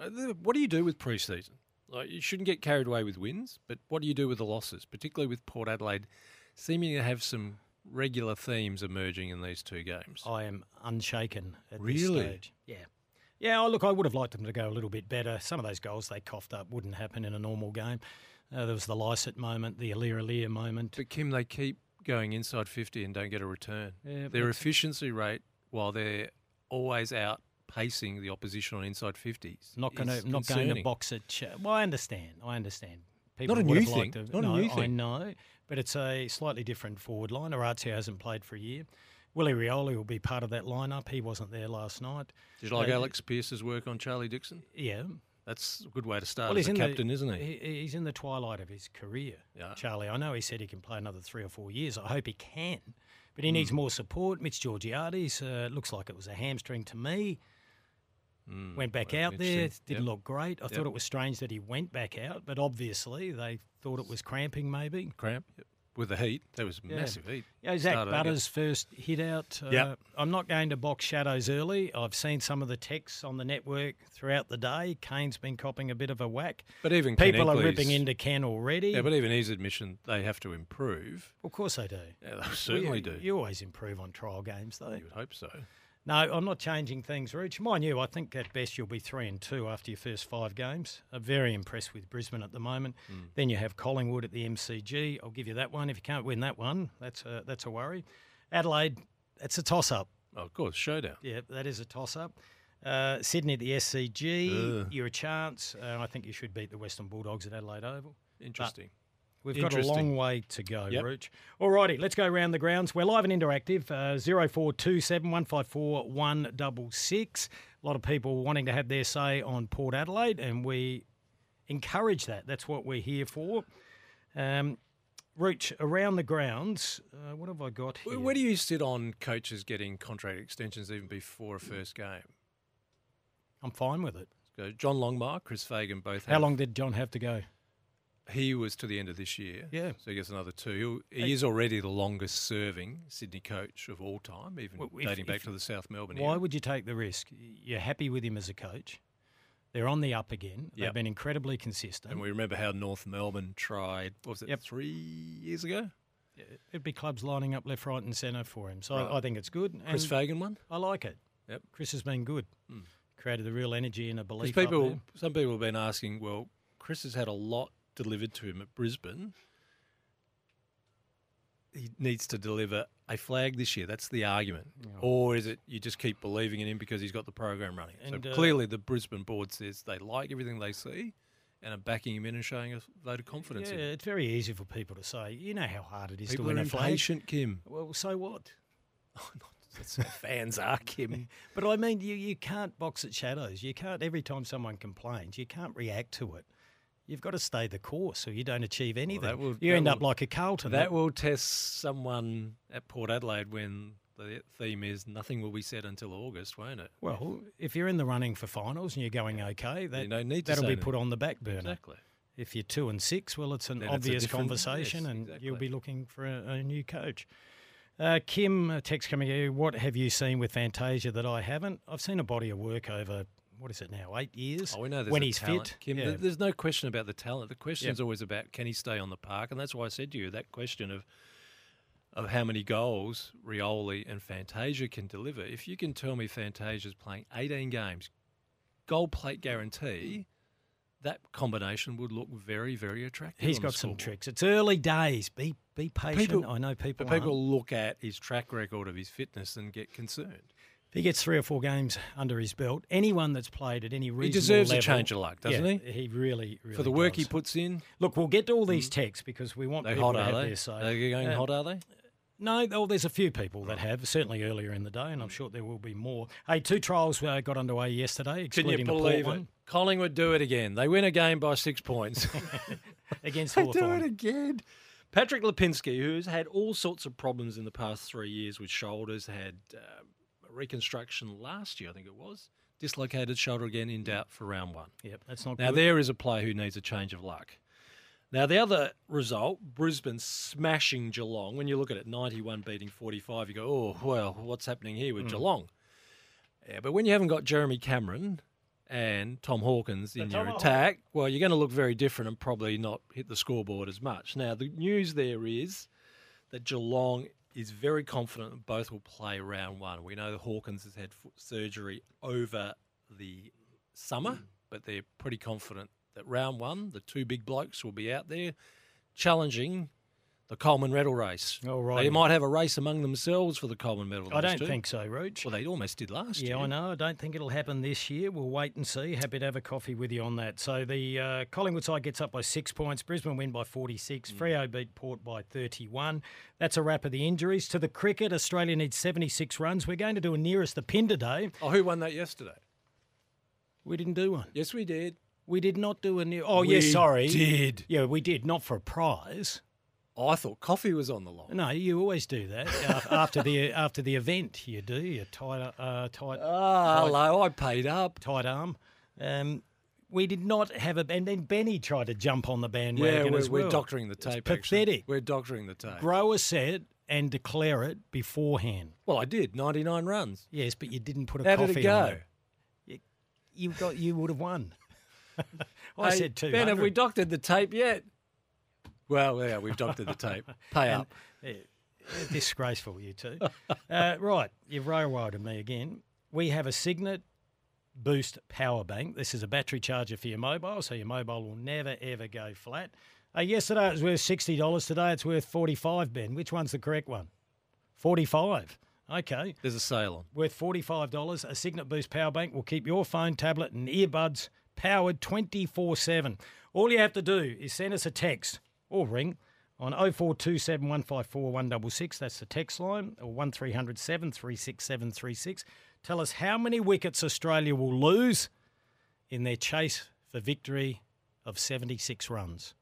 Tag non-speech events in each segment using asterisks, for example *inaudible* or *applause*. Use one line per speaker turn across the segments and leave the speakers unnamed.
Uh, th- What do you do with preseason? Like you shouldn't get carried away with wins, but what do you do with the losses, particularly with Port Adelaide seeming to have some regular themes emerging in these two games?
I am unshaken at
Really?
this stage. Yeah. Yeah, oh, look, I would have liked them to go a little bit better. Some of those goals they coughed up wouldn't happen in a normal game. Uh, there was the Lycett moment, the Alir Alir moment.
But Kim, they keep going inside 50 and don't get a return.
Yeah, but
their
that's-
efficiency rate, while they're always out pacing the opposition on inside 50s,
Not going
is
to not going to
concerning.
box at. Ch- well, I understand. I understand. People
Not a
would
new
have liked
thing,
to-
not a
no,
new
I
thing.
know, but it's a slightly different forward line. Orazio hasn't played for a year. Willie Rioli will be part of that lineup. He wasn't there last night.
Did you like
Uh,
Alex Pierce's work on Charlie Dixon?
Yeah,
That's a good way to start as a captain,
the,
isn't he?
he? He's in the twilight of his career,
Yeah.
Charlie. I know he said he can play another three or four years. I hope he can, but
Hmm.
he needs more support. Mitch Georgiades uh, looks like it was a hamstring to me. went back
Hmm. well,
out there,
interesting.
didn't
Yep.
look great. I
Yep.
thought it was strange that he went back out, but obviously they thought it was cramping, maybe.
Cramp with the heat. That was massive heat.
Yeah, Zach
Started, I guess.
Butters first hit out. Uh,
Yep.
I'm not going to box shadows early. I've seen some of the texts on the network throughout the day. Kane's been copping a bit of a whack.
But even
People are
Konecny's-
ripping into Ken already.
Yeah, but even his admission, they have to improve.
Of course they do.
Yeah, they certainly
you,
do.
You always improve on trial games, though.
You would hope so.
No, I'm not changing things, Rich. Mind you, I think at best you'll be three and two after your first five games. I'm very impressed with Brisbane at the moment.
Hmm.
Then you have Collingwood at the MCG. I'll give you that one. If you can't win that one, that's a, that's a worry. Adelaide, it's a toss up.
Oh, of course, showdown.
Yeah, that is a toss up. Uh, Sydney at the SCG,
Ugh.
you're a chance. Uh, I think you should beat the Western Bulldogs at Adelaide Oval.
Interesting.
We've got a
Interesting.
long way to go,
Yep.
Rooch. All righty, let's go round the grounds. We're live and interactive. uh, Zero four two seven one five four one double six. A lot of people wanting to have their say on Port Adelaide, and we encourage that. That's what we're here for. Um, Rooch, around the grounds. Uh, what have I got here?
Where, where do you sit on coaches getting contract extensions even before a first game?
I'm fine with it.
So John Longmire, Chris Fagan, both.
How
have-
long did John have to go?
He was to the end of this year.
Yeah.
So he gets another two. He'll- He is already the longest serving Sydney coach of all time, even
Well, if-
dating back
if-
to the South Melbourne
Why
era.
would you take the risk? You're happy with him as a coach. They're on the up again. They've
Yep.
been incredibly consistent.
And we remember how North Melbourne tried, what was it,
Yep.
three years ago?
There'd be clubs lining up left, right, and centre for him. So
Right.
I, I think it's good. And
Chris Fagan won?
I like it.
Yep. Hmm.
Chris has been good. Created the real energy and a
Because
belief. up
people,
there.
some people have been asking, well, Chris has had a lot delivered to him at Brisbane. He needs to deliver a flag this year. That's the argument. Or is it you just keep believing in him because he's got the program running?
And,
so
uh,
clearly, the Brisbane board says they like everything they see and are backing him in and showing a vote of confidence in
Yeah,
him.
it's very easy for people to say, you know how hard it is
People
to win
are
a flag.
impatient, Kim.
Well, so what?
That's how fans are, Kim.
But I mean, you, you can't box at shadows. You can't, every time someone complains, you can't react to it. You've got to stay the course or you don't achieve anything.
will-
you
that
end up
will-
like a
*laughs*
Carlton.
That will test someone at Port Adelaide when the theme is nothing will be said until August, won't it?
well, if you're in the running for finals and you're going okay, that,
don't need to
that'll
say
be
anything.
put on the back burner.
Exactly.
If you're two and six, well, it's an
Then it's a
obvious
different-
conversation,
yes,
and you'll
exactly.
be looking for a, a new coach. Uh, Kim, a text coming here. What have you seen with Fantasia that I haven't? I've seen a body of work over what is it now, eight years?
Oh, we know there's
when
a
he's
talent,
fit.
Kim,
Yeah.
th- There's no question about the talent. The question's always about can he stay on the park, and that's why I said to you that question of of how many goals Rioli and Fantasia can deliver. If you can tell me Fantasia's playing 18 games, gold plate guarantee, that combination would look very, very attractive.
He's
on the
got some
scoreboard.
tricks. It's early days. Be be patient.
People-
I know people.
But
aren't.
people look at his track record of his fitness and get concerned.
If he gets three or four games under his belt, anyone that's played at any reasonable
deserves a
level-
change of luck, doesn't
Yeah,
he?
He really, really
For the work
does.
he puts in,
Look, we'll get to all these texts because we want
they
people
hot
to
are
have
they?
their
They
say.
going
Uh,
hot are they?
No, oh, there's a few people that have, certainly earlier in the day,
Mm.
and I'm sure there will be more. Hey, two trials uh, got underway yesterday,
Can you
excluding the Port
believe it?
one
Collingwood do it again. They win a game by six *laughs* points. *laughs*
against
they do it
Hawthorn.
again. Patrick Lipinski, who's had all sorts of problems in the past three years with shoulders, had uh, a reconstruction last year, I think it was. Dislocated shoulder again, in doubt for round one.
Yep, that's not
Now,
good.
there is a player who needs a change of luck. Now, the other result, Brisbane smashing Geelong. When you look at it, 91 beating 45, you go, oh, well, what's happening here
Mm.
with Geelong? Yeah, but when you haven't got Jeremy Cameron and Tom Hawkins in your
tomahawk.
attack, well, you're going to look very different and probably not hit the scoreboard as much. Now, the news there is that Geelong is very confident that both will play round one. We know Hawkins has had foot surgery over the summer, but they're pretty confident that round one, the two big blokes will be out there challenging the Coleman medal race.
Oh, right.
They might have a race among themselves for the Coleman medal.
I
those
don't
two.
think so, Roach.
Well, they almost did last year.
Yeah, I know. I don't think it'll happen this year. We'll wait and see. Happy to have a coffee with you on that. So the uh, Collingwood side gets up by six points. Brisbane win by 46.
Mm.
Freo beat Port by 31. That's a wrap of the injuries. To the cricket, Australia needs 76 runs. We're going to do a nearest the pin today.
Oh, who won that yesterday?
We didn't do one.
Yes, we did.
We did not do a near. Oh,
We
yes, sorry.
did.
Yeah, we did. Not for a prize.
Oh, I thought coffee was on the line.
No, you always do
*laughs*
that af- after the after the event. You do. You tight, uh, tight.
Ah, hello, I paid up.
tight arm. Um, we did not have a, and then Benny tried to jump on the
Yeah,
bandwagon
we're,
as well.
we're doctoring the
It's
tape. actually.
pathetic.
We're doctoring the tape.
Grower said and declare it beforehand.
Well, I did. 99 runs.
Yes, but you didn't put a
How
coffee
did it
on
go?
it. You got, you would have won. *laughs* I
Hey,
said two.
Ben, have we doctored the tape yet? Well, yeah, we've doctored the tape. *laughs* Pay up.
*laughs* Disgraceful, you two. uh, right, you've railroaded me again. We have a Signet Boost power bank. This is a battery charger for your mobile, so your mobile will never ever go flat. Uh, yesterday it was worth sixty dollars. Today it's worth forty-five. Ben, which one's the correct one? Forty-five. Okay,
There's a sale on.
worth forty-five dollars. A Signet Boost power bank will keep your phone, tablet, and earbuds powered twenty-four-seven. All you have to do is send us a text or ring on 0427 154 166. That's the text line, or 1300 736 736. Tell us how many wickets Australia will lose in their chase for victory of 76 runs.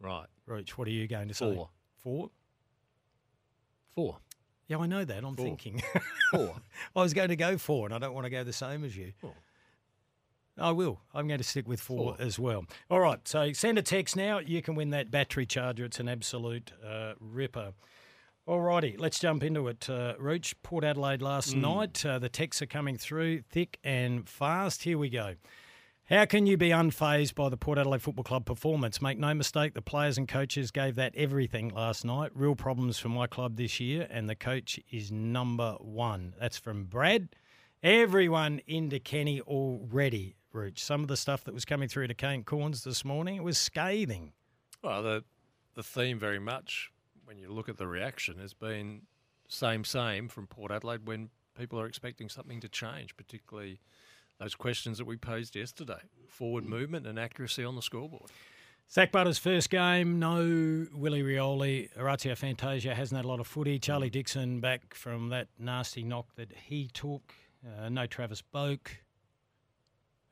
Right.
Roach, what are you going to say?
Four.
Four?
Four.
Yeah, I know that. I'm thinking. *laughs*
Four.
I was going to go four, and I don't want to go the same as you.
Four.
I will. I'm going to stick with four,
Four.
as well. All right. So send a text now. You can win that battery charger. It's an absolute uh, ripper. All righty. Let's jump into it. Uh, Roach, Port Adelaide last night. Uh, the texts are coming through thick and fast. Here we go. How can you be unfazed by the Port Adelaide Football Club performance? Make no mistake, the players and coaches gave that everything last night. Real problems for my club this year, and the coach is number one. That's from Brad. Everyone into Kenny already, Rooch. Some of the stuff that was coming through to Kane Corns this morning it was scathing.
*laughs* Well, the the theme very much when you look at the reaction has been same same from Port Adelaide when people are expecting something to change, particularly those questions that we posed yesterday: forward movement and accuracy on the scoreboard.
Zach Butter's first game, no Willie Rioli. Orazio Fantasia hasn't had a lot of footy. Charlie Dixon back from that nasty knock that he took. Uh, no Travis Boak.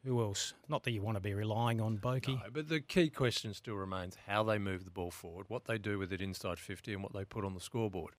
Who else? Not that you want to be relying on Boakie.
No, but the key question still remains how they move the ball forward, what they do with it inside 50, and what they put on the scoreboard.